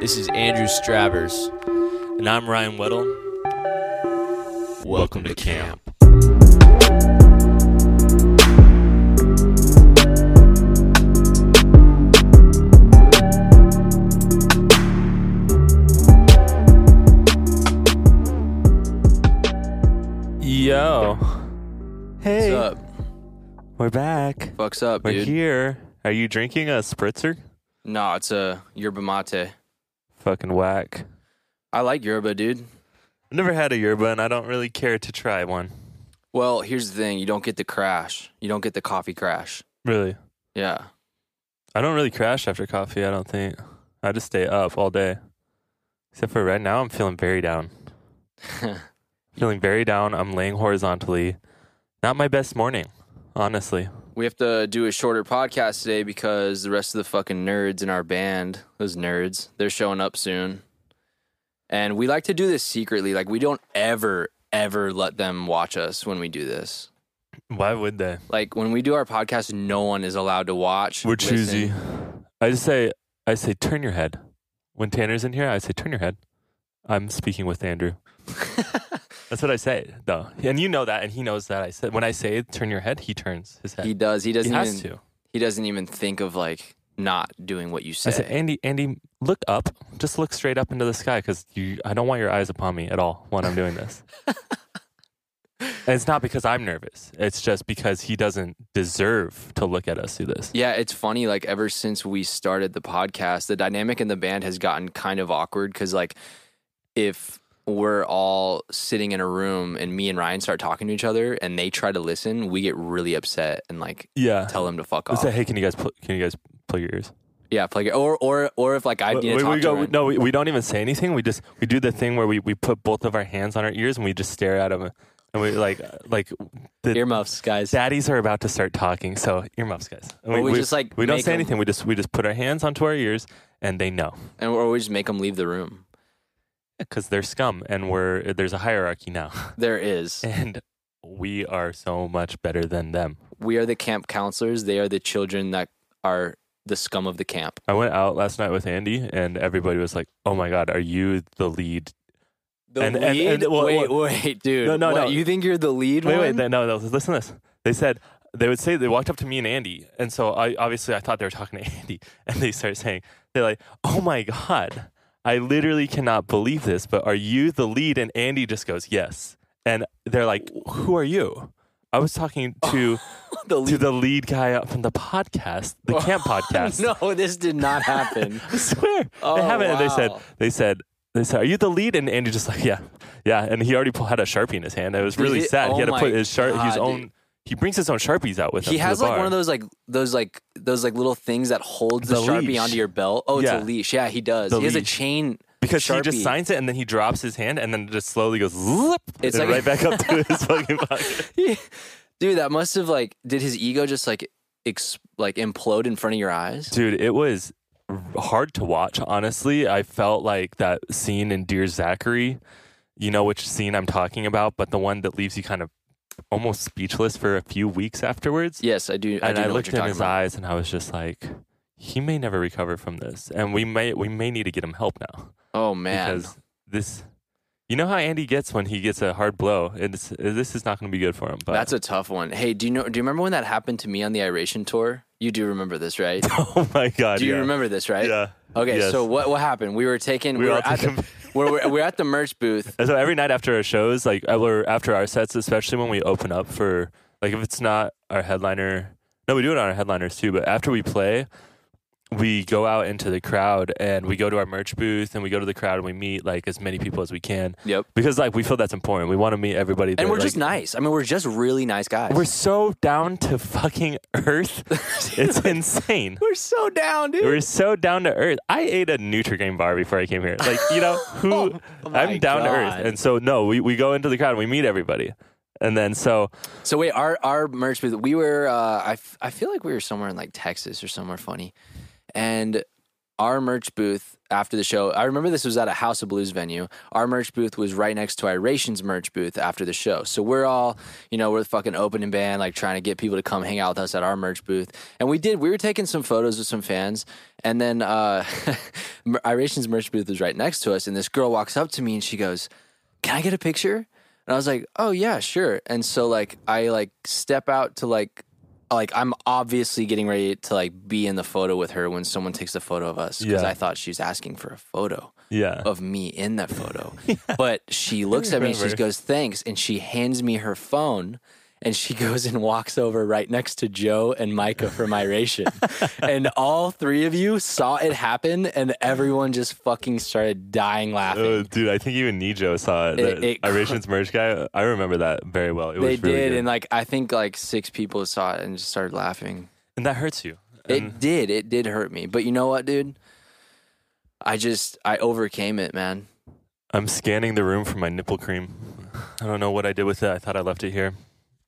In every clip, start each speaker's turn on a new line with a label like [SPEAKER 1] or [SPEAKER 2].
[SPEAKER 1] This is Andrew Strabbers.
[SPEAKER 2] And I'm Ryan Weddle. Welcome to camp.
[SPEAKER 3] Yo. Hey.
[SPEAKER 2] What's up?
[SPEAKER 3] We're back.
[SPEAKER 2] Fucks up,
[SPEAKER 3] We're
[SPEAKER 2] dude.
[SPEAKER 3] here. Are you drinking a spritzer?
[SPEAKER 2] No, it's a yerba mate.
[SPEAKER 3] Fucking whack.
[SPEAKER 2] I like yerba, dude.
[SPEAKER 3] I've never had a yerba and I don't really care to try one.
[SPEAKER 2] Well, here's the thing: you don't get the crash. You don't get the coffee crash.
[SPEAKER 3] Really?
[SPEAKER 2] Yeah.
[SPEAKER 3] I don't really crash after coffee, I don't think. I just stay up all day. Except for right now I'm feeling very down. feeling very down. I'm laying horizontally. Not my best morning, honestly.
[SPEAKER 2] We have to do a shorter podcast today because the rest of the fucking nerds in our band, those nerds, they're showing up soon. And we like to do this secretly. Like we don't ever ever let them watch us when we do this.
[SPEAKER 3] Why would they?
[SPEAKER 2] Like when we do our podcast, no one is allowed to watch.
[SPEAKER 3] We're
[SPEAKER 2] listen.
[SPEAKER 3] choosy. I just say, I say, turn your head. When Tanner's in here, I say, turn your head. I'm speaking with Andrew. That's what I say, though, and you know that, and he knows that. I said when I say turn your head, he turns his head.
[SPEAKER 2] He does. He
[SPEAKER 3] He
[SPEAKER 2] doesn't
[SPEAKER 3] has
[SPEAKER 2] even
[SPEAKER 3] to.
[SPEAKER 2] he doesn't even think of like not doing what you
[SPEAKER 3] I
[SPEAKER 2] say.
[SPEAKER 3] said, Andy, Andy, look up. Just look straight up into the sky, because you. I don't want your eyes upon me at all when I'm doing this. and it's not because I'm nervous. It's just because he doesn't deserve to look at us do this.
[SPEAKER 2] yeah, it's funny. Like ever since we started the podcast, the dynamic in the band has gotten kind of awkward because like if we're all sitting in a room and me and Ryan start talking to each other and they try to listen, we get really upset and like
[SPEAKER 3] Yeah.
[SPEAKER 2] tell them to fuck
[SPEAKER 3] I
[SPEAKER 2] off.
[SPEAKER 3] say, hey, can you guys pl- can you guys plug your ears?
[SPEAKER 2] yeah, play it. Or or or if like I need
[SPEAKER 3] we,
[SPEAKER 2] to talk
[SPEAKER 3] we go,
[SPEAKER 2] to Ryan.
[SPEAKER 3] no, we, we don't even say anything. We just we do the thing where we, we put both of our hands on our ears and we just stare at them, and we like like the
[SPEAKER 2] earmuffs, guys.
[SPEAKER 3] daddies are about to start talking. So earmuffs, guys. And
[SPEAKER 2] Or we just, like,
[SPEAKER 3] we don't
[SPEAKER 2] make
[SPEAKER 3] say
[SPEAKER 2] 'em-
[SPEAKER 3] anything. We just we just put our hands onto our ears and they know
[SPEAKER 2] and or we just make them leave the room.
[SPEAKER 3] because they're scum and we're there's a hierarchy now
[SPEAKER 2] There is.
[SPEAKER 3] and we are so much better than them.
[SPEAKER 2] We are the camp counselors. They are the children that are the scum of the camp.
[SPEAKER 3] I went out last night with Andy and everybody was like, "Oh my god, are you the lead
[SPEAKER 2] The
[SPEAKER 3] And- and-
[SPEAKER 2] lead?
[SPEAKER 3] and- well,
[SPEAKER 2] wait,
[SPEAKER 3] well-
[SPEAKER 2] wait, dude.
[SPEAKER 3] No, no,
[SPEAKER 2] What,
[SPEAKER 3] no.
[SPEAKER 2] You think you're the lead
[SPEAKER 3] Wait,
[SPEAKER 2] one?
[SPEAKER 3] wait, they, no, no, listen to this. They said they would say they walked up to me and Andy, and so I obviously I thought they were talking to Andy, and they started saying they're like, "Oh my god, I literally cannot believe this." But are you the lead? And Andy just goes, "Yes," and they're like, "Who are you?" I was talking to
[SPEAKER 2] the
[SPEAKER 3] to
[SPEAKER 2] lead.
[SPEAKER 3] the lead guy up from the podcast, the camp podcast.
[SPEAKER 2] No, this did not happen.
[SPEAKER 3] I swear
[SPEAKER 2] Oh,
[SPEAKER 3] they haven't. And they said,
[SPEAKER 2] wow.
[SPEAKER 3] they said, they said, "Are you the lead?" And Andy just like, "Yeah, yeah." And he already pu- had a sharpie in his hand. It was
[SPEAKER 2] Did
[SPEAKER 3] really
[SPEAKER 2] he?
[SPEAKER 3] sad.
[SPEAKER 2] Oh
[SPEAKER 3] he had to
[SPEAKER 2] my
[SPEAKER 3] put his sharp,
[SPEAKER 2] God,
[SPEAKER 3] his
[SPEAKER 2] dude.
[SPEAKER 3] own. He brings his own sharpies out with him.
[SPEAKER 2] he
[SPEAKER 3] to
[SPEAKER 2] has
[SPEAKER 3] the
[SPEAKER 2] like one
[SPEAKER 3] bar.
[SPEAKER 2] of those like those like those like little things that holds the,
[SPEAKER 3] The
[SPEAKER 2] sharpie
[SPEAKER 3] leash.
[SPEAKER 2] onto your belt. Oh, it's
[SPEAKER 3] Yeah.
[SPEAKER 2] a leash. Yeah, he does.
[SPEAKER 3] The
[SPEAKER 2] he has a
[SPEAKER 3] leash.
[SPEAKER 2] chain.
[SPEAKER 3] because
[SPEAKER 2] sharpie.
[SPEAKER 3] he just signs it and then he drops his hand and then it just slowly goes zip
[SPEAKER 2] It's
[SPEAKER 3] it's and
[SPEAKER 2] like-
[SPEAKER 3] right back up to his fucking pocket.
[SPEAKER 2] Dude, that must have like did his ego just like ex- like implode in front of your eyes?
[SPEAKER 3] Dude, it was hard to watch. Honestly, I felt like that scene in Dear Zachary. You know which scene I'm talking about, but the one that leaves you kind of almost speechless for a few weeks afterwards.
[SPEAKER 2] Yes, I do. I
[SPEAKER 3] and
[SPEAKER 2] do
[SPEAKER 3] I,
[SPEAKER 2] know what
[SPEAKER 3] looked
[SPEAKER 2] you're
[SPEAKER 3] in
[SPEAKER 2] talking
[SPEAKER 3] his
[SPEAKER 2] about.
[SPEAKER 3] eyes and I was just like, he may never recover from this, and we may we may need to get him help now
[SPEAKER 2] Oh man.
[SPEAKER 3] because this. You know how Andy gets when he gets a hard blow. It's, this is not going to be good for him. But
[SPEAKER 2] That's a tough one. Hey, do you know? Do you remember when that happened to me on the Iration tour? You do remember this, right?
[SPEAKER 3] oh my god!
[SPEAKER 2] Do you
[SPEAKER 3] yeah.
[SPEAKER 2] remember this, right?
[SPEAKER 3] Yeah.
[SPEAKER 2] Okay,
[SPEAKER 3] Yes.
[SPEAKER 2] so what what happened? We were taking we
[SPEAKER 3] We
[SPEAKER 2] were
[SPEAKER 3] all
[SPEAKER 2] at
[SPEAKER 3] took
[SPEAKER 2] the,
[SPEAKER 3] a-
[SPEAKER 2] we're, we're, we're at the merch booth.
[SPEAKER 3] And so every night after our shows, like uh, or after our sets, especially when we open up for like if it's not our headliner, no, we do it on our headliners too. But after we play, we go out into the crowd and we go to our merch booth and we go to the crowd and we meet like as many people as we can.
[SPEAKER 2] Yep.
[SPEAKER 3] Because like we feel that's important. We want to meet everybody.
[SPEAKER 2] And
[SPEAKER 3] that,
[SPEAKER 2] we're just
[SPEAKER 3] like-
[SPEAKER 2] nice. I mean, we're just really nice guys.
[SPEAKER 3] We're so down to fucking earth. it's insane.
[SPEAKER 2] we're so down, dude.
[SPEAKER 3] We're so down to earth. I ate a Nutrigrain bar before I came here. Like, you know, who
[SPEAKER 2] Oh my
[SPEAKER 3] I'm down to
[SPEAKER 2] God.
[SPEAKER 3] earth. And so no, we, we go into the crowd and we meet everybody. And then so
[SPEAKER 2] so wait, our our merch booth. We were uh, I f- I feel like we were somewhere in like Texas or somewhere funny, and our merch booth after the show. I remember this was at a House of Blues venue. Our merch booth was right next to Iration's merch booth after the show. So we're all, you know, we're the fucking opening band, like trying to get people to come hang out with us at our merch booth. And we did, we were taking some photos with some fans. And then uh, Iration's merch booth was right next to us. And this girl walks up to me and she goes, Can I get a picture? And I was like, Oh, yeah, sure. And so, like, I like step out to like, like I'm obviously getting ready to like be in the photo with her when someone takes a photo of us because
[SPEAKER 3] Yeah.
[SPEAKER 2] I thought she was asking for a photo
[SPEAKER 3] Yeah.
[SPEAKER 2] of me in that photo. But she looks at me and she
[SPEAKER 3] remember.
[SPEAKER 2] goes, "Thanks," and she hands me her phone. And she goes and walks over right next to Joe and Micah from Iration. and all three of you saw it happen, and everyone just fucking started dying laughing.
[SPEAKER 3] Oh, dude, I think even Nijo saw it.
[SPEAKER 2] It-
[SPEAKER 3] The
[SPEAKER 2] it-
[SPEAKER 3] Iration's merch guy. I remember that very well. It
[SPEAKER 2] they
[SPEAKER 3] was really
[SPEAKER 2] did,
[SPEAKER 3] good.
[SPEAKER 2] and like I think like six people saw it and just started laughing.
[SPEAKER 3] and that hurts you.
[SPEAKER 2] It did. It did hurt me. But you know what, dude? I just I overcame it, man.
[SPEAKER 3] I'm scanning the room for my nipple cream. I don't know what I did with it. I thought I left it here.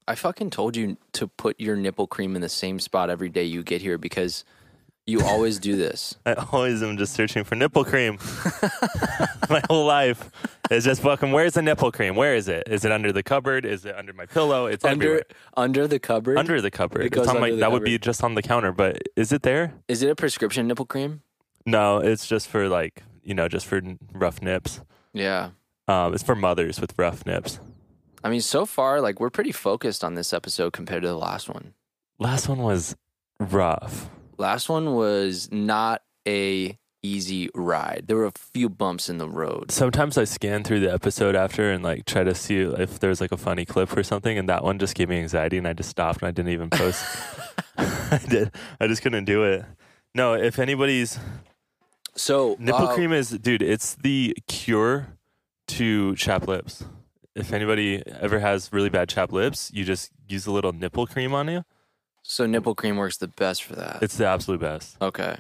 [SPEAKER 2] I fucking told you to put your nipple cream in the same spot every day you get here because you always do this.
[SPEAKER 3] I always am just searching for nipple cream. my whole life is just fucking. Where's the nipple cream? Where is it? Is it under the cupboard? Is it under my pillow? It's
[SPEAKER 2] under
[SPEAKER 3] everywhere.
[SPEAKER 2] under the cupboard.
[SPEAKER 3] Under the cupboard.
[SPEAKER 2] It
[SPEAKER 3] It's
[SPEAKER 2] goes
[SPEAKER 3] on my,
[SPEAKER 2] under the
[SPEAKER 3] that would be just on the counter. But is it there?
[SPEAKER 2] Is it a prescription nipple cream?
[SPEAKER 3] No, it's just for like you know, just for n- rough nips.
[SPEAKER 2] Yeah.
[SPEAKER 3] Um, it's for mothers with rough nips.
[SPEAKER 2] I mean, so far, like we're pretty focused on this episode compared to the last one.
[SPEAKER 3] Last one was rough.
[SPEAKER 2] Last one was not a easy ride. There were a few bumps in the road.
[SPEAKER 3] Sometimes I scan through the episode after and like try to see if there's like a funny clip or something, and that one just gave me anxiety, and I just stopped and I didn't even post. I did. I just couldn't do it. No, if anybody's
[SPEAKER 2] So
[SPEAKER 3] nipple
[SPEAKER 2] uh,
[SPEAKER 3] cream is, dude, it's the cure to chapped lips. If anybody ever has really bad chapped lips, you just use a little nipple cream on you.
[SPEAKER 2] So nipple cream works the best for that.
[SPEAKER 3] It's the absolute best.
[SPEAKER 2] okay.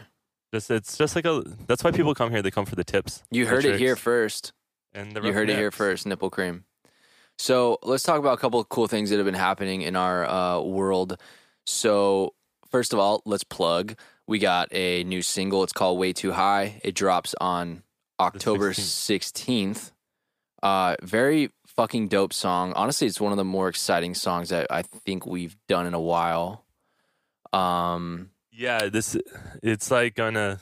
[SPEAKER 3] Just it's just like a. That's why people come here. They come for the tips.
[SPEAKER 2] You
[SPEAKER 3] the
[SPEAKER 2] heard it
[SPEAKER 3] tricks,
[SPEAKER 2] here first.
[SPEAKER 3] And the
[SPEAKER 2] You
[SPEAKER 3] rough
[SPEAKER 2] heard it here
[SPEAKER 3] nips.
[SPEAKER 2] first, nipple cream. So let's talk about a couple of cool things that have been happening in our uh, world. So first of all, let's plug. We got a new single. It's called "Way Too High." It drops on October 16th. Uh, very fucking dope song. Honestly, it's one of the more exciting songs that I think we've done in a while. Um,
[SPEAKER 3] Yeah, this it's like gonna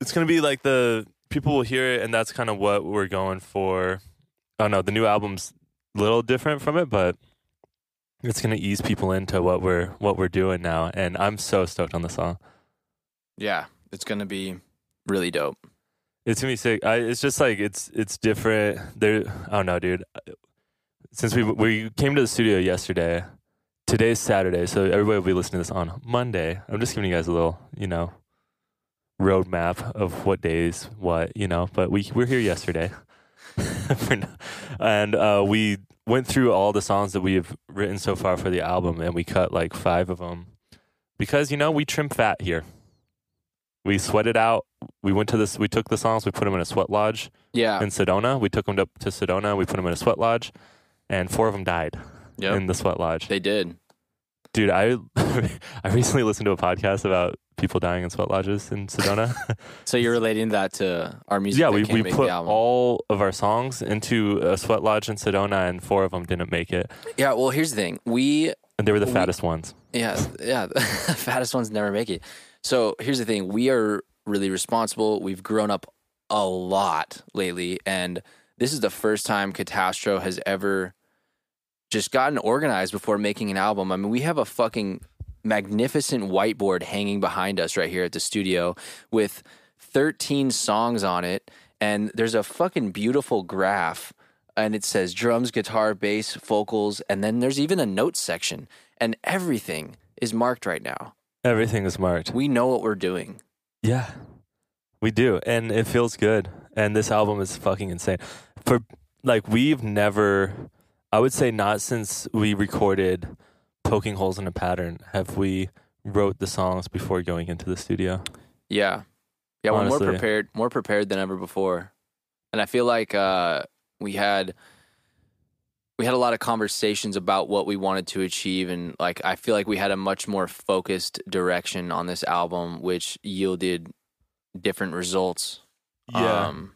[SPEAKER 3] it's gonna be like the people will hear it and that's kind of what we're going for. I don't know, the new album's a little different from it, but it's gonna ease people into what we're what we're doing now. And I'm so stoked on the song.
[SPEAKER 2] yeah, it's gonna be really dope.
[SPEAKER 3] It's gonna be sick. I, it's just like it's it's different. There, I don't know, dude. Since we we came to the studio yesterday, today's Saturday, so everybody will be listening to this on Monday. I'm just giving you guys a little, you know, roadmap of what days, what you know. But we we're here yesterday, For now. and uh, we went through all the songs that we have written so far for the album, and we cut like five of them because you know we trim fat here. We sweat it out we went to this we took the songs we put them in a sweat lodge
[SPEAKER 2] Yeah,
[SPEAKER 3] in sedona we took them to, to sedona we put them in a sweat lodge and four of them died
[SPEAKER 2] Yep.
[SPEAKER 3] in the sweat lodge
[SPEAKER 2] they did.
[SPEAKER 3] dude i i recently listened to a podcast about people dying in sweat lodges in sedona
[SPEAKER 2] So you're relating that to our music?
[SPEAKER 3] yeah
[SPEAKER 2] that
[SPEAKER 3] we,
[SPEAKER 2] can't
[SPEAKER 3] we
[SPEAKER 2] make the
[SPEAKER 3] put
[SPEAKER 2] album.
[SPEAKER 3] all of our songs into a sweat lodge in sedona and four of them didn't make it
[SPEAKER 2] Yeah, well, here's the thing. We,
[SPEAKER 3] and they were the
[SPEAKER 2] We-
[SPEAKER 3] fattest ones
[SPEAKER 2] yeah, yeah, the fattest ones never make it. So here's the thing. We are really responsible. We've grown up a lot lately. And this is the first time Catastro has ever just gotten organized before making an album. I mean, we have a fucking magnificent whiteboard hanging behind us right here at the studio with 13 songs on it. And there's a fucking beautiful graph. And it says drums, guitar, bass, vocals. And then there's even a note section. And everything is marked right now.
[SPEAKER 3] everything is marked
[SPEAKER 2] We know what we're doing.
[SPEAKER 3] Yeah, we do, and it feels good. And this album is fucking insane. For like, we've never, I would say, not since we recorded "Poking Holes in a Pattern" have we wrote the songs before going into the studio.
[SPEAKER 2] Yeah. Yeah, we're more
[SPEAKER 3] Honestly.
[SPEAKER 2] prepared, more prepared than ever before. And I feel like uh, we had we had a lot of conversations about what we wanted to achieve and like I feel like we had a much more focused direction on this album which yielded different results.
[SPEAKER 3] Yeah.
[SPEAKER 2] Um,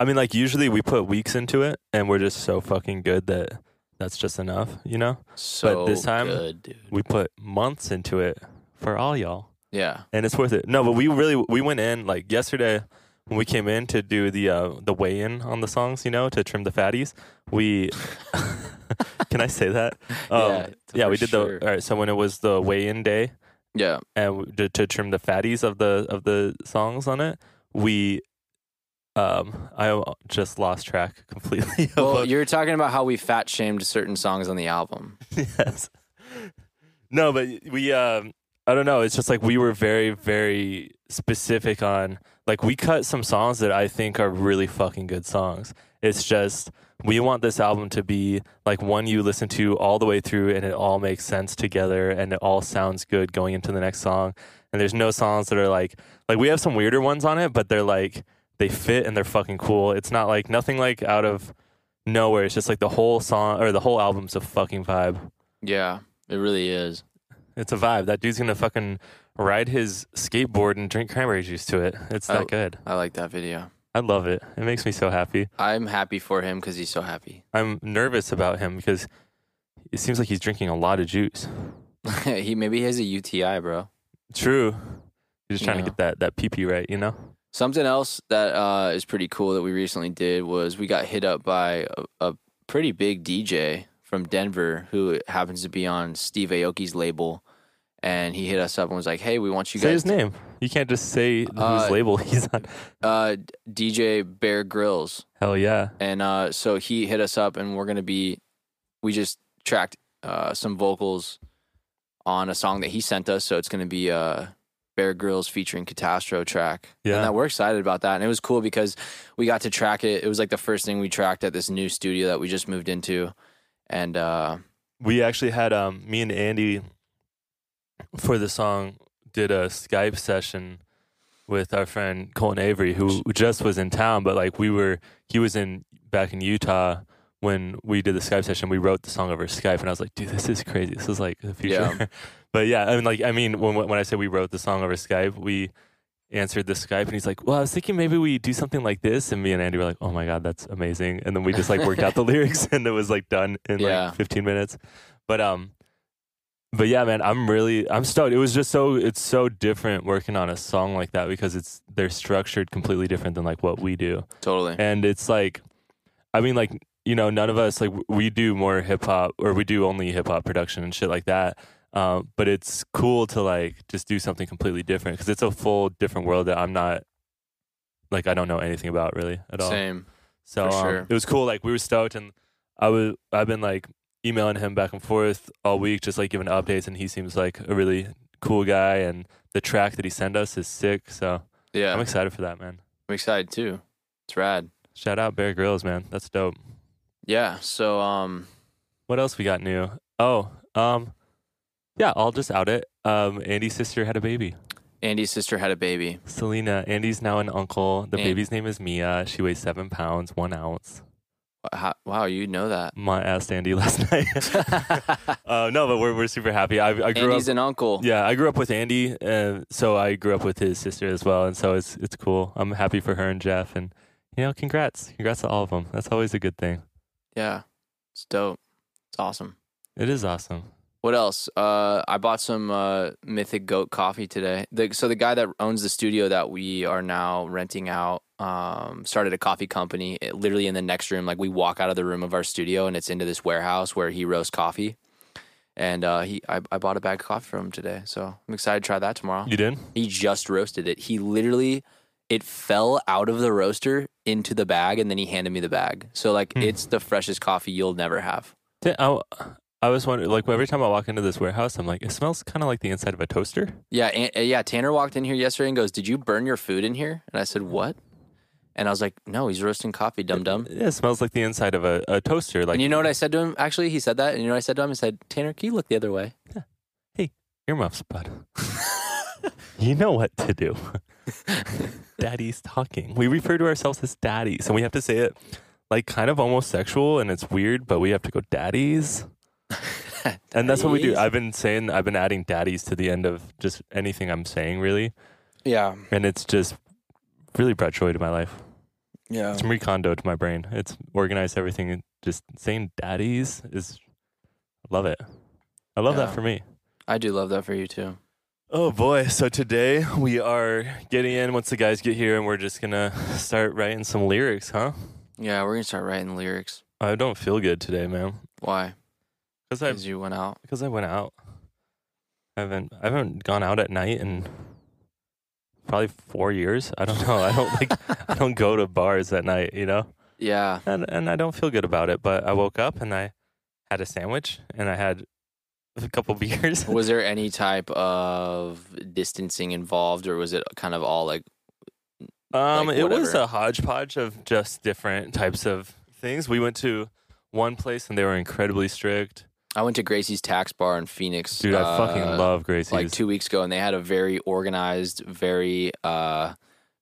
[SPEAKER 3] I mean, like usually we put weeks into it, and we're just so fucking good that that's just enough, you know.
[SPEAKER 2] so
[SPEAKER 3] this time-
[SPEAKER 2] good, dude.
[SPEAKER 3] We put months into it for all y'all,
[SPEAKER 2] Yeah.
[SPEAKER 3] and it's worth it. No, but we really we went in like yesterday when we came in to do the uh, the weigh in on the songs, you know, to trim the fatties. We can I say that?
[SPEAKER 2] Yeah,
[SPEAKER 3] um, yeah,
[SPEAKER 2] for
[SPEAKER 3] we did
[SPEAKER 2] sure.
[SPEAKER 3] the all right. So when it was the weigh in day,
[SPEAKER 2] Yeah.
[SPEAKER 3] and w- to, to trim the fatties of the of the songs on it, we um I just lost track completely. of
[SPEAKER 2] Well,
[SPEAKER 3] what-
[SPEAKER 2] you were talking about how we fat shamed certain songs on the album.
[SPEAKER 3] yes. No, but we um I don't know, it's just like we were very very specific on like we cut some songs that I think are really fucking good songs. It's just we want this album to be like one you listen to all the way through and it all makes sense together and it all sounds good going into the next song. And there's no songs that are like like we have some weirder ones on it, but they're like they fit and they're fucking cool. It's not like nothing like out of nowhere. It's just like the whole song or the whole album's a fucking vibe.
[SPEAKER 2] Yeah, it really is.
[SPEAKER 3] It's a vibe. That dude's gonna fucking ride his skateboard and drink cranberry juice to it. It's that
[SPEAKER 2] Oh.
[SPEAKER 3] good.
[SPEAKER 2] I like that video.
[SPEAKER 3] I love it. It makes me so happy.
[SPEAKER 2] I'm happy for him because he's so happy.
[SPEAKER 3] I'm nervous about him because it seems like he's drinking a lot of juice.
[SPEAKER 2] he maybe he has a UTI, bro.
[SPEAKER 3] True. He's just trying
[SPEAKER 2] Yeah.
[SPEAKER 3] to get that that pee pee right, you know?
[SPEAKER 2] Something else that uh, is pretty cool that we recently did was we got hit up by a, a pretty big DJ from Denver who happens to be on Steve Aoki's label, and he hit us up and was like, "Hey, we want you
[SPEAKER 3] say
[SPEAKER 2] guys."
[SPEAKER 3] his name. You can't just say
[SPEAKER 2] Uh,
[SPEAKER 3] whose label he's on.
[SPEAKER 2] Uh, DJ Bear Grylls.
[SPEAKER 3] Hell yeah.
[SPEAKER 2] And uh, so he hit us up, and we're gonna be. We just tracked uh, some vocals on a song that he sent us, so it's gonna be uh, Bear Grylls featuring Catastro track.
[SPEAKER 3] Yeah.
[SPEAKER 2] and that, we're excited about that, and it was cool because we got to track it. It was like the first thing we tracked at this new studio that we just moved into, and uh,
[SPEAKER 3] we actually had um me and Andy for the song did a Skype session with our friend Colin Avery who just was in town but like we were he was in back in Utah when we did the Skype session we wrote the song over Skype and I was like dude this is crazy this is like the future but yeah I mean like I mean when when I say we wrote the song over Skype we answered the Skype and he's like well I was thinking maybe we do something like this and me and Andy were like oh my god that's amazing and then we just like worked out the lyrics and it was like done in
[SPEAKER 2] Yeah.
[SPEAKER 3] like 15 minutes but um but yeah man i'm really i'm stoked it was just so it's so different working on a song like that because it's they're structured completely different than like what we do
[SPEAKER 2] totally.
[SPEAKER 3] and it's like i mean like you know none of us like w- we do more hip-hop or we do only hip-hop production and shit like that um, but it's cool to like just do something completely different because it's a full different world that i'm not like i don't know anything about really at all
[SPEAKER 2] Same.
[SPEAKER 3] so
[SPEAKER 2] For
[SPEAKER 3] um,
[SPEAKER 2] sure.
[SPEAKER 3] it was cool. Like we were stoked, and I was I've been like emailing him back and forth all week, just like giving updates, and he seems like a really cool guy, and the track that he sent us is sick. So
[SPEAKER 2] Yeah,
[SPEAKER 3] I'm
[SPEAKER 2] I'm
[SPEAKER 3] excited for that, man.
[SPEAKER 2] excited too. It's rad.
[SPEAKER 3] Shout out Bear Grylls, man. That's dope.
[SPEAKER 2] Yeah. So um,
[SPEAKER 3] What else we got new? Oh, um, yeah, I'll just out it. Um, Andy's sister had a baby.
[SPEAKER 2] Andy's sister had a baby.
[SPEAKER 3] Selena. Andy's now an uncle. The
[SPEAKER 2] An-
[SPEAKER 3] baby's name is Mia. She weighs seven pounds, one ounce.
[SPEAKER 2] How, wow, you know that.
[SPEAKER 3] My asked Andy last night. uh, no, but we're we're super happy. I, I grew up.
[SPEAKER 2] Andy's an uncle.
[SPEAKER 3] Yeah, I grew up with Andy, uh, so I grew up with his sister as well, and so it's it's cool. I'm happy for her and Jeff, and you know, congrats, congrats to all of them. That's always a good thing.
[SPEAKER 2] Yeah. It's dope. It's awesome.
[SPEAKER 3] It is awesome.
[SPEAKER 2] What else? Uh, I bought some uh, Mythic Goat coffee today. The, so the guy that owns the studio that we are now renting out um, started a coffee company. It, literally in the next room, like we walk out of the room of our studio and it's into this warehouse where he roasts coffee. And uh, he, I, I bought a bag of coffee from him today, so I'm excited to try that tomorrow.
[SPEAKER 3] You did?
[SPEAKER 2] He just roasted it. He literally, it fell out of the roaster into the bag, and then he handed me the bag. So like,
[SPEAKER 3] Hmm.
[SPEAKER 2] it's the freshest coffee you'll never have.
[SPEAKER 3] Di- I, I was wondering, like every time I walk into this warehouse, I'm like, it smells kind of like the inside of a toaster.
[SPEAKER 2] Yeah, and, uh, yeah. Tanner walked in here yesterday and goes, "Did you burn your food in here?" And I said, "What?" And I was like, "No, he's roasting coffee, dum dum."
[SPEAKER 3] Yeah, it smells like the inside of a, a toaster. Like
[SPEAKER 2] And you know what I said to him? Actually, he said that, and you know what I said to him? I said, "Tanner, can you look the other way?"
[SPEAKER 3] earmuffs, bud. you know what to do. Daddy's talking. We refer to ourselves as daddies, and we have to say it like kind of almost sexual, and it's weird, but we have to go daddies. And that's what we do.
[SPEAKER 2] Daddies.
[SPEAKER 3] I've been saying, I've been adding daddies to the end of just anything I'm saying, really.
[SPEAKER 2] Yeah,
[SPEAKER 3] And it's just really brought joy to my life.
[SPEAKER 1] Yeah.
[SPEAKER 3] It's recondo to my brain. It's organized everything. and Just saying daddies is, I love it. I love
[SPEAKER 2] Yeah.
[SPEAKER 3] that for me.
[SPEAKER 2] I do love that for you too.
[SPEAKER 3] Oh boy. So today we are getting in once the guys get here and we're just going to start writing some lyrics, huh?
[SPEAKER 2] Yeah, we're gonna start writing lyrics.
[SPEAKER 3] I don't feel good today, man.
[SPEAKER 2] Why?
[SPEAKER 3] Because I,
[SPEAKER 2] Because you went out.
[SPEAKER 3] because I went out. I haven't I haven't gone out at night in probably four years. I don't know. I don't like I don't go to bars at night, you know?
[SPEAKER 2] Yeah.
[SPEAKER 3] And and I don't feel good about it. But I woke up and I had a sandwich and I had a couple beers.
[SPEAKER 2] Was there any type of distancing involved, or was it kind of all like?
[SPEAKER 3] Um,
[SPEAKER 2] like,
[SPEAKER 3] it was
[SPEAKER 2] whatever.
[SPEAKER 3] a hodgepodge of just different types of things. We went to one place and they were incredibly strict.
[SPEAKER 2] I went to Gracie's Tax Bar in Phoenix.
[SPEAKER 3] Dude, I fucking
[SPEAKER 2] uh,
[SPEAKER 3] love Gracie's.
[SPEAKER 2] like two weeks ago, and they had a very organized, very uh,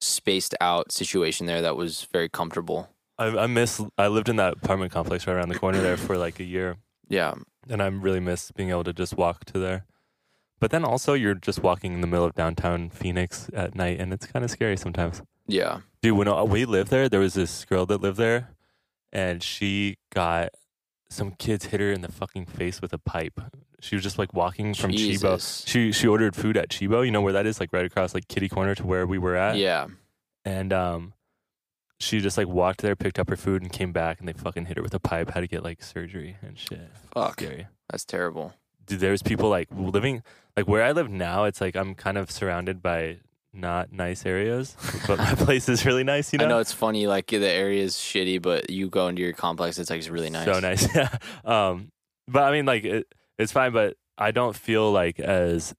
[SPEAKER 2] spaced out situation there that was very comfortable.
[SPEAKER 3] I, I miss. I lived in that apartment complex right around the corner there for like a year.
[SPEAKER 2] Yeah,
[SPEAKER 3] and I really miss being able to just walk to there. But then also, you're just walking in the middle of downtown Phoenix at night, and it's kind of scary sometimes.
[SPEAKER 2] yeah.
[SPEAKER 3] Dude, when I- we lived there, there was this girl that lived there, and she got some kids hit her in the fucking face with a pipe. She was just like walking from Chibo.
[SPEAKER 2] Jesus.
[SPEAKER 3] She she ordered food at Chibo, you know where that is, like right across like Kitty Corner to where we were at.
[SPEAKER 2] Yeah,
[SPEAKER 3] And um, she just like walked there, picked up her food, and came back, and they fucking hit her with a pipe. Had to get like surgery and shit.
[SPEAKER 2] Fuck.
[SPEAKER 3] Scary
[SPEAKER 2] that's terrible.
[SPEAKER 3] dude, there's people like living like where I live now. It's like I'm kind of surrounded by not nice areas, but my place is really nice. You know,
[SPEAKER 2] I know it's funny, like the area is shitty, but you go into your complex, it's like it's really nice.
[SPEAKER 3] so nice. Yeah. Um, but I mean, like it, it's fine, but I don't feel like as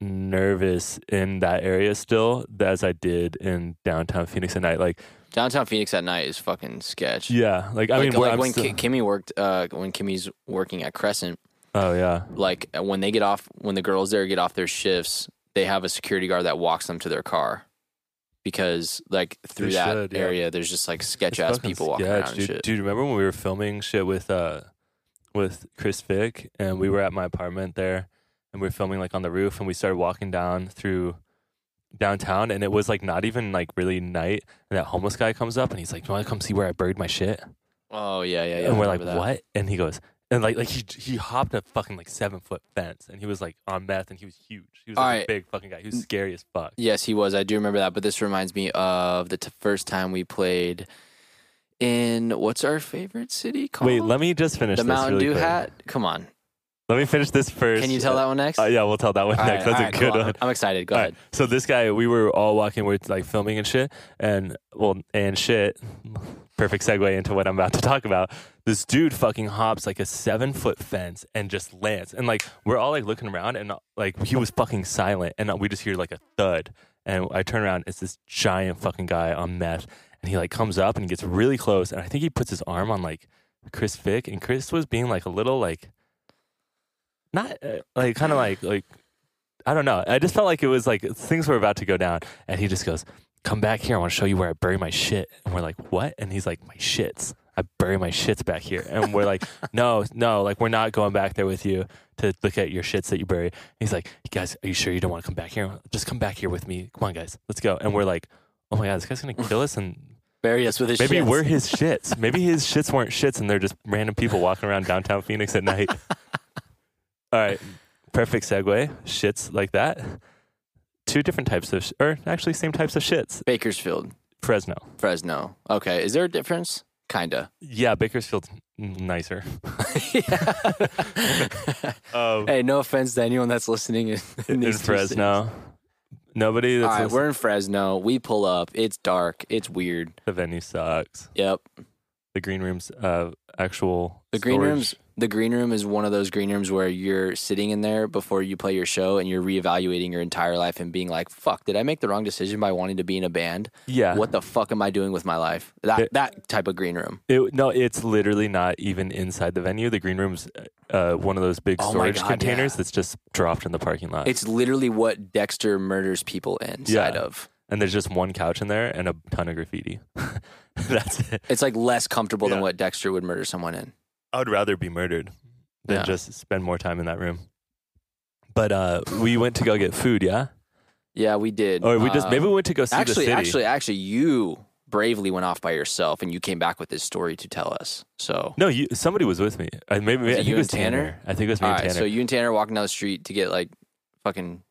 [SPEAKER 3] nervous in that area still as I did in downtown Phoenix at night. Like,
[SPEAKER 2] Downtown Phoenix at night is fucking sketch.
[SPEAKER 3] yeah, like I
[SPEAKER 2] like,
[SPEAKER 3] mean, where
[SPEAKER 2] like
[SPEAKER 3] I'm
[SPEAKER 2] when
[SPEAKER 3] still-
[SPEAKER 2] Ki- Kimmy worked, uh, when Kimmy's working at Crescent.
[SPEAKER 3] oh yeah,
[SPEAKER 2] like uh, when they get off when the girls there get off their shifts they have a security guard that walks them to their car because like through
[SPEAKER 3] They
[SPEAKER 2] that
[SPEAKER 3] should, yeah.
[SPEAKER 2] area there's just like sketch
[SPEAKER 3] It's
[SPEAKER 2] ass
[SPEAKER 3] fucking
[SPEAKER 2] people walking
[SPEAKER 3] sketch,
[SPEAKER 2] around
[SPEAKER 3] dude.
[SPEAKER 2] and shit
[SPEAKER 3] Dude, remember when we were filming shit with uh with Chris Vick and we were at my apartment there and we were filming like on the roof and we started walking down through downtown and it was like not even like really night and that homeless guy comes up and he's like, "Do you want to come see where I buried my shit?"
[SPEAKER 2] oh yeah yeah yeah
[SPEAKER 3] and
[SPEAKER 2] I
[SPEAKER 3] we're like,
[SPEAKER 2] remember that.
[SPEAKER 3] "What?" And he goes, and like like he he hopped a fucking like seven foot fence and he was like on meth and he was huge. He was like,
[SPEAKER 2] All
[SPEAKER 3] a
[SPEAKER 2] right.
[SPEAKER 3] big fucking guy. He was scary as fuck.
[SPEAKER 2] yes he was i do remember that but this reminds me of the t- first time we played in what's our favorite city called
[SPEAKER 3] Wait, let me just finish
[SPEAKER 2] the
[SPEAKER 3] this
[SPEAKER 2] mountain
[SPEAKER 3] really
[SPEAKER 2] dew
[SPEAKER 3] quick.
[SPEAKER 2] hat come on
[SPEAKER 3] Let me finish this first.
[SPEAKER 2] can you tell that one next
[SPEAKER 3] Uh, yeah, we'll tell that one
[SPEAKER 2] All
[SPEAKER 3] next.
[SPEAKER 2] right,
[SPEAKER 3] That's
[SPEAKER 2] all right,
[SPEAKER 3] a
[SPEAKER 2] cool.
[SPEAKER 3] good one.
[SPEAKER 2] I'm- i'm excited go
[SPEAKER 3] All
[SPEAKER 2] ahead
[SPEAKER 3] right, So this guy, we were all walking, we're like filming and shit, and well, and shit. Perfect segue into what I'm about to talk about. This dude fucking hops like a seven foot fence and just lands, and like we're all like looking around, and like he was fucking silent, and we just hear like a thud, and I turn around, it's this giant fucking guy on meth, and he like comes up and gets really close, and I think he puts his arm on like Chris Vick, and Chris was being like a little like, not uh, like kind of like like I don't know. I just felt like it was like things were about to go down, and he just goes, "Come back here. I want to show you where I bury my shit." And we're like, "What?" And he's like, "My shits. I bury my shits back here." And we're like, "No, no. Like we're not going back there with you to look at your shits that you bury." And he's like, "Guys, are you sure you don't want to come back here? Just come back here with me. Come on, guys, let's go." And we're like, "Oh my god, this guy's gonna kill us and
[SPEAKER 2] bury us with his
[SPEAKER 3] Maybe
[SPEAKER 2] shits.
[SPEAKER 3] we're his shits. Maybe his shits weren't shits and they're just random people walking around downtown Phoenix at night. All right. Perfect segue. Shits like that. Two different types of, sh- or actually, same types of shits.
[SPEAKER 2] bakersfield
[SPEAKER 3] Fresno.
[SPEAKER 2] fresno okay is there a difference kinda
[SPEAKER 3] Yeah, Bakersfield's n- nicer. Um,
[SPEAKER 2] Hey, no offense to anyone that's listening in, in
[SPEAKER 3] in
[SPEAKER 2] these two cities.
[SPEAKER 3] Fresno. Nobody
[SPEAKER 2] All
[SPEAKER 3] that's
[SPEAKER 2] right,
[SPEAKER 3] listening-
[SPEAKER 2] we're in Fresno. We pull up. It's dark. It's weird.
[SPEAKER 3] the venue sucks.
[SPEAKER 2] Yep.
[SPEAKER 3] The green room's uh, actual.
[SPEAKER 2] The green
[SPEAKER 3] storage-
[SPEAKER 2] rooms. The green room is one of those green rooms where you're sitting in there before you play your show and you're reevaluating your entire life and being like, "Fuck, did I make the wrong decision by wanting to be in a band?
[SPEAKER 3] Yeah.
[SPEAKER 2] What the fuck am I doing with my life?" That
[SPEAKER 3] It-
[SPEAKER 2] that type of green room.
[SPEAKER 3] It, no, it's literally not even inside the venue. The green room's uh, one of those big
[SPEAKER 2] Oh my
[SPEAKER 3] storage
[SPEAKER 2] God,
[SPEAKER 3] containers
[SPEAKER 2] yeah.
[SPEAKER 3] that's just dropped in the parking lot.
[SPEAKER 2] It's literally what Dexter murders people inside
[SPEAKER 3] Yeah.
[SPEAKER 2] of.
[SPEAKER 3] and there's just one couch in there and a ton of graffiti. that's it.
[SPEAKER 2] It's like less comfortable than
[SPEAKER 3] Yeah.
[SPEAKER 2] what Dexter would murder someone in.
[SPEAKER 3] I would rather be murdered than
[SPEAKER 2] Yeah.
[SPEAKER 3] just spend more time in that room. But uh, we went to go get food, yeah?
[SPEAKER 2] Yeah, we did.
[SPEAKER 3] Or we just
[SPEAKER 2] Um,
[SPEAKER 3] maybe we went to go see
[SPEAKER 2] actually,
[SPEAKER 3] the city.
[SPEAKER 2] actually, actually, you bravely went off by yourself, and you came back with this story to tell us. So,
[SPEAKER 3] no, you, somebody was with me. I maybe
[SPEAKER 2] Was
[SPEAKER 3] I
[SPEAKER 2] it
[SPEAKER 3] think
[SPEAKER 2] you
[SPEAKER 3] it was
[SPEAKER 2] and Tanner?
[SPEAKER 3] I think it was me
[SPEAKER 2] all
[SPEAKER 3] and
[SPEAKER 2] right, so
[SPEAKER 3] Tanner.
[SPEAKER 2] you and Tanner walking down the street to get like fucking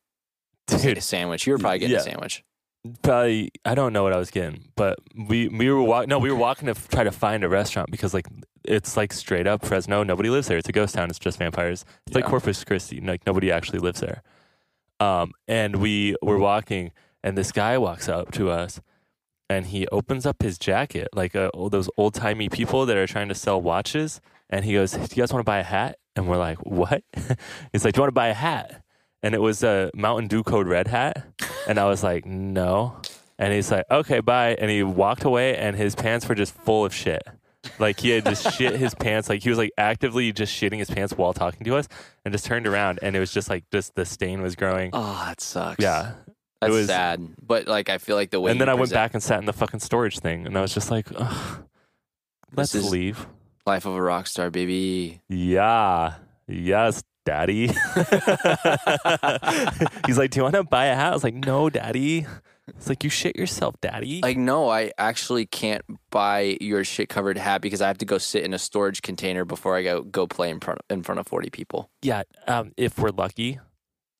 [SPEAKER 2] a
[SPEAKER 3] Dude,
[SPEAKER 2] sandwich. You were probably getting a
[SPEAKER 3] Yeah.
[SPEAKER 2] sandwich.
[SPEAKER 3] probably I don't know what I was getting, but we we were walking. No, we were walking to f- try to find a restaurant because like it's like straight up Fresno. Nobody lives there. It's a ghost town. It's just vampires. It's like
[SPEAKER 2] Yeah.
[SPEAKER 3] Corpus Christi. Like nobody actually lives there. Um, and we were walking, and this guy walks up to us, and he opens up his jacket like uh, all those old timey people that are trying to sell watches. And he goes, "Do you guys want to buy a hat?" And we're like, "What?" He's like, "Do you want to buy a hat?" And it was a Mountain Dew Code red hat. And I was like, no. And he's like, okay, bye. And he walked away, and his pants were just full of shit. Like he had just shit his pants. Like he was like actively just shitting his pants while talking to us, and just turned around, and it was just like just the stain was growing.
[SPEAKER 2] Oh, that sucks.
[SPEAKER 3] Yeah.
[SPEAKER 2] that's
[SPEAKER 3] was-
[SPEAKER 2] sad. But like, I feel like the way.
[SPEAKER 3] and then
[SPEAKER 2] you
[SPEAKER 3] I went
[SPEAKER 2] present
[SPEAKER 3] back and sat in the fucking storage thing, and I was just like, Ugh, let's
[SPEAKER 2] This is-
[SPEAKER 3] leave.
[SPEAKER 2] Life of a rock star, baby.
[SPEAKER 3] Yeah. Yes, daddy. he's like, do you want to buy a hat? I was like, no, daddy. It's like you shit yourself, daddy.
[SPEAKER 2] Like, no, I actually can't buy your shit covered hat because I have to go sit in a storage container before I go go play in front in front of forty people.
[SPEAKER 3] yeah, um, if we're lucky,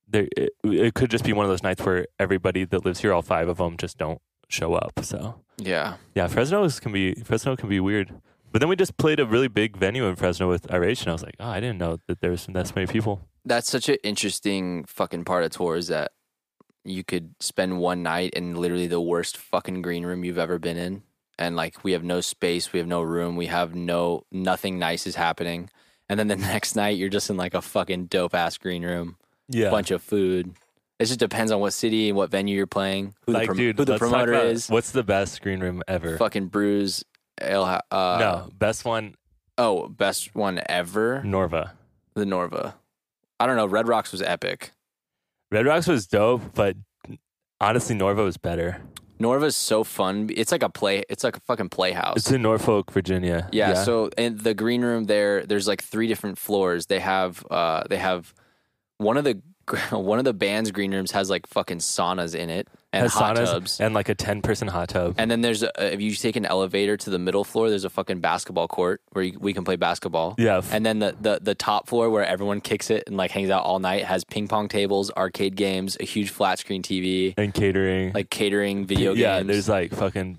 [SPEAKER 3] there it, it could just be one of those nights where everybody that lives here, all five of them, just don't show up. So
[SPEAKER 2] Yeah,
[SPEAKER 3] yeah, Fresno is- can be Fresno can be weird. But then we just played a really big venue in Fresno with Irage, and I was like, oh, I didn't know that there was that many people.
[SPEAKER 2] that's such an interesting fucking part of tour is that you could spend one night in literally the worst fucking green room you've ever been in and like we have no space we have no room we have no nothing nice is happening and then the next night you're just in like a fucking dope ass green room
[SPEAKER 3] Yeah,
[SPEAKER 2] bunch of food it just depends on what city and what venue you're playing who the,
[SPEAKER 3] like
[SPEAKER 2] prom-
[SPEAKER 3] dude,
[SPEAKER 2] who the
[SPEAKER 3] let's talk
[SPEAKER 2] promoter
[SPEAKER 3] about
[SPEAKER 2] is
[SPEAKER 3] What's the best screen room ever?
[SPEAKER 2] fucking brews ale ha- uh,
[SPEAKER 3] no, best one
[SPEAKER 2] oh best one ever
[SPEAKER 3] Norva.
[SPEAKER 2] the norva i don't know red rocks was epic
[SPEAKER 3] Red Rocks was dope, but honestly, Norva was better.
[SPEAKER 2] Norva's so fun. It's like a play. It's like a fucking playhouse.
[SPEAKER 3] It's in Norfolk, Virginia.
[SPEAKER 2] yeah, So in the green room there, there's like three different floors. They have uh they have one of the one of the band's green rooms has like fucking saunas in it and
[SPEAKER 3] Has
[SPEAKER 2] hot
[SPEAKER 3] saunas
[SPEAKER 2] tubs.
[SPEAKER 3] and like a ten person hot tub.
[SPEAKER 2] And then there's a, uh, if you take an elevator to the middle floor, there's a fucking basketball court where you, we can play basketball.
[SPEAKER 3] yeah, f-
[SPEAKER 2] And then the, the the top floor where everyone kicks it and like hangs out all night has ping pong tables, arcade games, a huge flat screen TV,
[SPEAKER 3] and catering.
[SPEAKER 2] like catering, video
[SPEAKER 3] yeah,
[SPEAKER 2] games.
[SPEAKER 3] there's like fucking.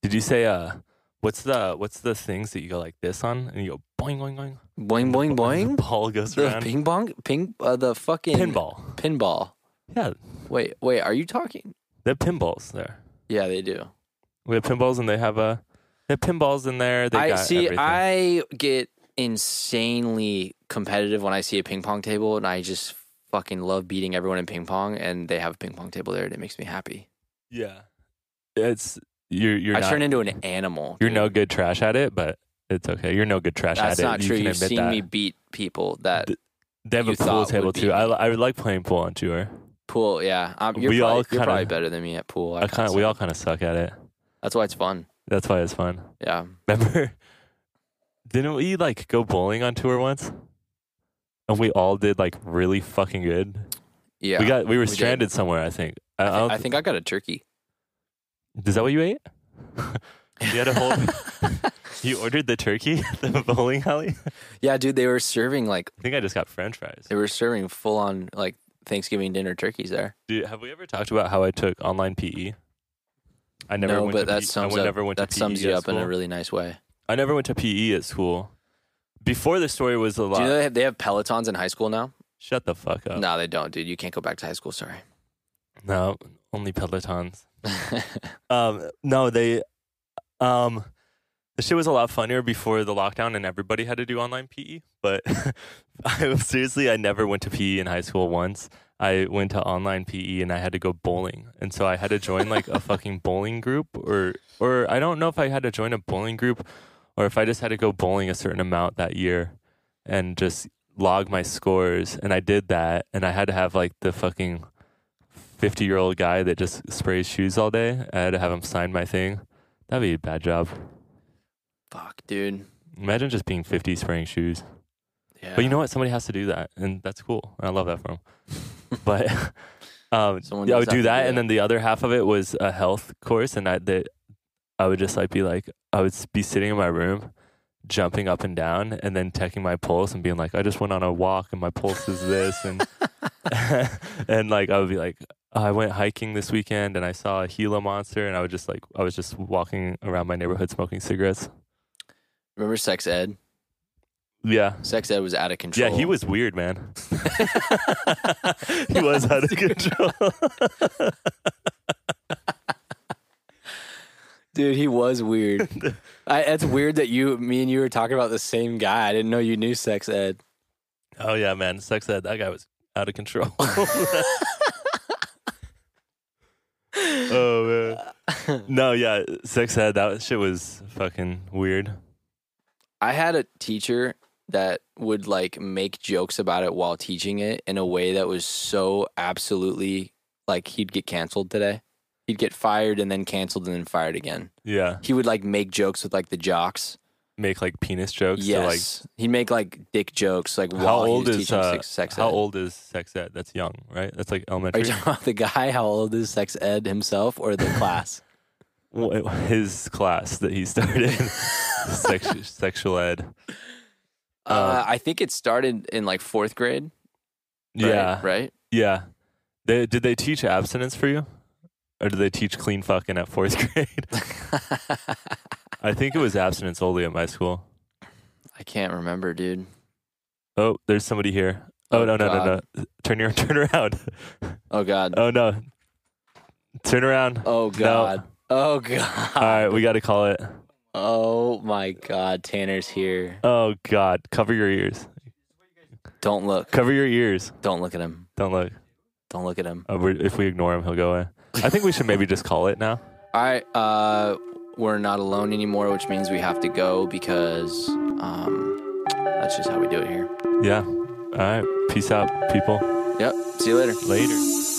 [SPEAKER 3] Did you say uh, what's the what's the things that you go like this on and you go boing boing boing
[SPEAKER 2] boing boing boing.
[SPEAKER 3] The ball goes
[SPEAKER 2] The
[SPEAKER 3] around.
[SPEAKER 2] ping pong, ping, uh, the fucking
[SPEAKER 3] pinball.
[SPEAKER 2] pinball.
[SPEAKER 3] Yeah,
[SPEAKER 2] Wait, wait, are you talking?
[SPEAKER 3] they have pinballs there.
[SPEAKER 2] Yeah, they do.
[SPEAKER 3] We have pinballs and they have uh they have pinballs in there. They
[SPEAKER 2] I
[SPEAKER 3] got
[SPEAKER 2] see.
[SPEAKER 3] everything.
[SPEAKER 2] I get insanely competitive when I see a ping pong table, and I just fucking love beating everyone in ping pong. And they have a ping pong table there, and it makes me happy.
[SPEAKER 3] yeah, it's you're you're
[SPEAKER 2] I
[SPEAKER 3] not,
[SPEAKER 2] turn into an animal.
[SPEAKER 3] you're
[SPEAKER 2] dude.
[SPEAKER 3] no good trash at it, but it's okay. You're no good trash
[SPEAKER 2] That's
[SPEAKER 3] at it.
[SPEAKER 2] not
[SPEAKER 3] you
[SPEAKER 2] true.
[SPEAKER 3] can
[SPEAKER 2] You've
[SPEAKER 3] admit
[SPEAKER 2] seen
[SPEAKER 3] that.
[SPEAKER 2] me beat people. That
[SPEAKER 3] Th- they have
[SPEAKER 2] you
[SPEAKER 3] a
[SPEAKER 2] thought
[SPEAKER 3] pool
[SPEAKER 2] would
[SPEAKER 3] table
[SPEAKER 2] be
[SPEAKER 3] too. I,
[SPEAKER 2] me.
[SPEAKER 3] I would like playing pool on tour.
[SPEAKER 2] pool. Yeah, I'm, you're,
[SPEAKER 3] We
[SPEAKER 2] probably,
[SPEAKER 3] all
[SPEAKER 2] you're
[SPEAKER 3] kinda-
[SPEAKER 2] probably better than me at pool.
[SPEAKER 3] I kind of we
[SPEAKER 2] suck.
[SPEAKER 3] all kind of suck at it.
[SPEAKER 2] That's why it's fun.
[SPEAKER 3] That's why it's fun.
[SPEAKER 2] Yeah.
[SPEAKER 3] Remember? Didn't we like go bowling on tour once? And we all did like really fucking good.
[SPEAKER 2] Yeah.
[SPEAKER 3] we got we were
[SPEAKER 2] we did.
[SPEAKER 3] stranded somewhere. I think. I,
[SPEAKER 2] I,
[SPEAKER 3] don't
[SPEAKER 2] thi- I think I got a turkey.
[SPEAKER 3] Is that what you ate? you had a whole. you ordered the turkey at the bowling alley.
[SPEAKER 2] Yeah, dude, they were serving like
[SPEAKER 3] I think I just got French fries.
[SPEAKER 2] They were serving full on like Thanksgiving dinner turkeys there.
[SPEAKER 3] Dude, have we ever talked about how I took online PE? I never.
[SPEAKER 2] no,
[SPEAKER 3] went to
[SPEAKER 2] but that
[SPEAKER 3] PE
[SPEAKER 2] sums
[SPEAKER 3] I
[SPEAKER 2] up.
[SPEAKER 3] never went
[SPEAKER 2] that
[SPEAKER 3] to PE
[SPEAKER 2] sums you
[SPEAKER 3] at
[SPEAKER 2] up in a
[SPEAKER 3] school.
[SPEAKER 2] really nice way.
[SPEAKER 3] I never went to PE at school. Before the story was a lot. Oh.
[SPEAKER 2] Do you know they have, they have Pelotons in high school now?
[SPEAKER 3] Shut the fuck up.
[SPEAKER 2] No, they don't, dude. You can't go back to high school. Sorry.
[SPEAKER 3] no only Pelotons. Um, no, they, um, the shit was a lot funnier before the lockdown and everybody had to do online PE. But I was seriously, I never went to PE in high school once. I went to online PE and I had to go bowling, and so I had to join like a fucking bowling group, or or I don't know if I had to join a bowling group, or if I just had to go bowling a certain amount that year, and just log my scores. And I did that, and I had to have like the fucking 50 year old guy that just sprays shoes all day. I had to have him sign my thing. That'd be a bad job.
[SPEAKER 2] Fuck, dude.
[SPEAKER 3] Imagine just being 50 spraying shoes.
[SPEAKER 2] Yeah.
[SPEAKER 3] But you know what? Somebody has to do that. And that's cool. And I love that for him. but Um,
[SPEAKER 2] Someone
[SPEAKER 3] yeah, I
[SPEAKER 2] does have
[SPEAKER 3] would do
[SPEAKER 2] to do
[SPEAKER 3] that, and
[SPEAKER 2] that.
[SPEAKER 3] then the other half of it was a health course, and I that I would just like be like, I would s- be sitting in my room, jumping up and down, and then checking my pulse and being like, I just went on a walk and my pulse is this, and and like I would be like, I gonna hiking this weekend and I saw a Gila monster, and I would just like, I was just walking around my neighborhood smoking cigarettes.
[SPEAKER 2] Remember sex ed?
[SPEAKER 3] Yeah.
[SPEAKER 2] Sex ed was out of control.
[SPEAKER 3] Yeah, he was weird, man. he was out of control.
[SPEAKER 2] Dude, he was weird. I, it's weird that you, me, and you were talking about the same guy. I didn't know you knew sex ed.
[SPEAKER 3] oh yeah, man. Sex ed, that guy was out of control. oh man. No, yeah, sex ed, that shit was fucking weird.
[SPEAKER 2] I had a teacher that would like make jokes about it while teaching it in a way that was so absolutely like he'd get canceled today. He'd get fired and then canceled and then fired again.
[SPEAKER 3] Yeah.
[SPEAKER 2] He would like make jokes with like the jocks.
[SPEAKER 3] Make like penis jokes. to, like
[SPEAKER 2] yes, he'd make like dick jokes like
[SPEAKER 3] how
[SPEAKER 2] while
[SPEAKER 3] old
[SPEAKER 2] he was
[SPEAKER 3] is
[SPEAKER 2] teaching
[SPEAKER 3] uh,
[SPEAKER 2] sex, sex
[SPEAKER 3] how
[SPEAKER 2] ed.
[SPEAKER 3] old is sex ed? That's young, right? That's like
[SPEAKER 2] Are
[SPEAKER 3] elementary.
[SPEAKER 2] you talking about the guy? How old is sex ed himself or the class?
[SPEAKER 3] Well, his class that he started, sex, sexual ed.
[SPEAKER 2] Uh, I think it started in like fourth grade. Right?
[SPEAKER 3] Yeah,
[SPEAKER 2] Right?
[SPEAKER 3] yeah. They, did they teach abstinence for you, or did they teach clean fucking at fourth grade? I think it was abstinence only at my school.
[SPEAKER 2] I can't remember, dude.
[SPEAKER 3] Oh, there's somebody here. Oh,
[SPEAKER 2] Oh,
[SPEAKER 3] no no no no! Turn your turn around.
[SPEAKER 2] Oh, God.
[SPEAKER 3] Oh no! Turn around.
[SPEAKER 2] Oh, God. Oh, God.
[SPEAKER 3] All right, we got to call it.
[SPEAKER 2] Oh, my God. Tanner's here.
[SPEAKER 3] Oh God, cover your ears.
[SPEAKER 2] Don't look.
[SPEAKER 3] Cover your ears.
[SPEAKER 2] Don't look at him.
[SPEAKER 3] Don't look.
[SPEAKER 2] Don't look at him.
[SPEAKER 3] Uh, we if we ignore him, he'll go away. I think we should maybe just call it now.
[SPEAKER 2] All right. Uh, we're not alone anymore, which means we have to go because um, that's just how we do it here.
[SPEAKER 3] Yeah. All right. Peace out, people.
[SPEAKER 2] Yep. See you later.
[SPEAKER 3] Later.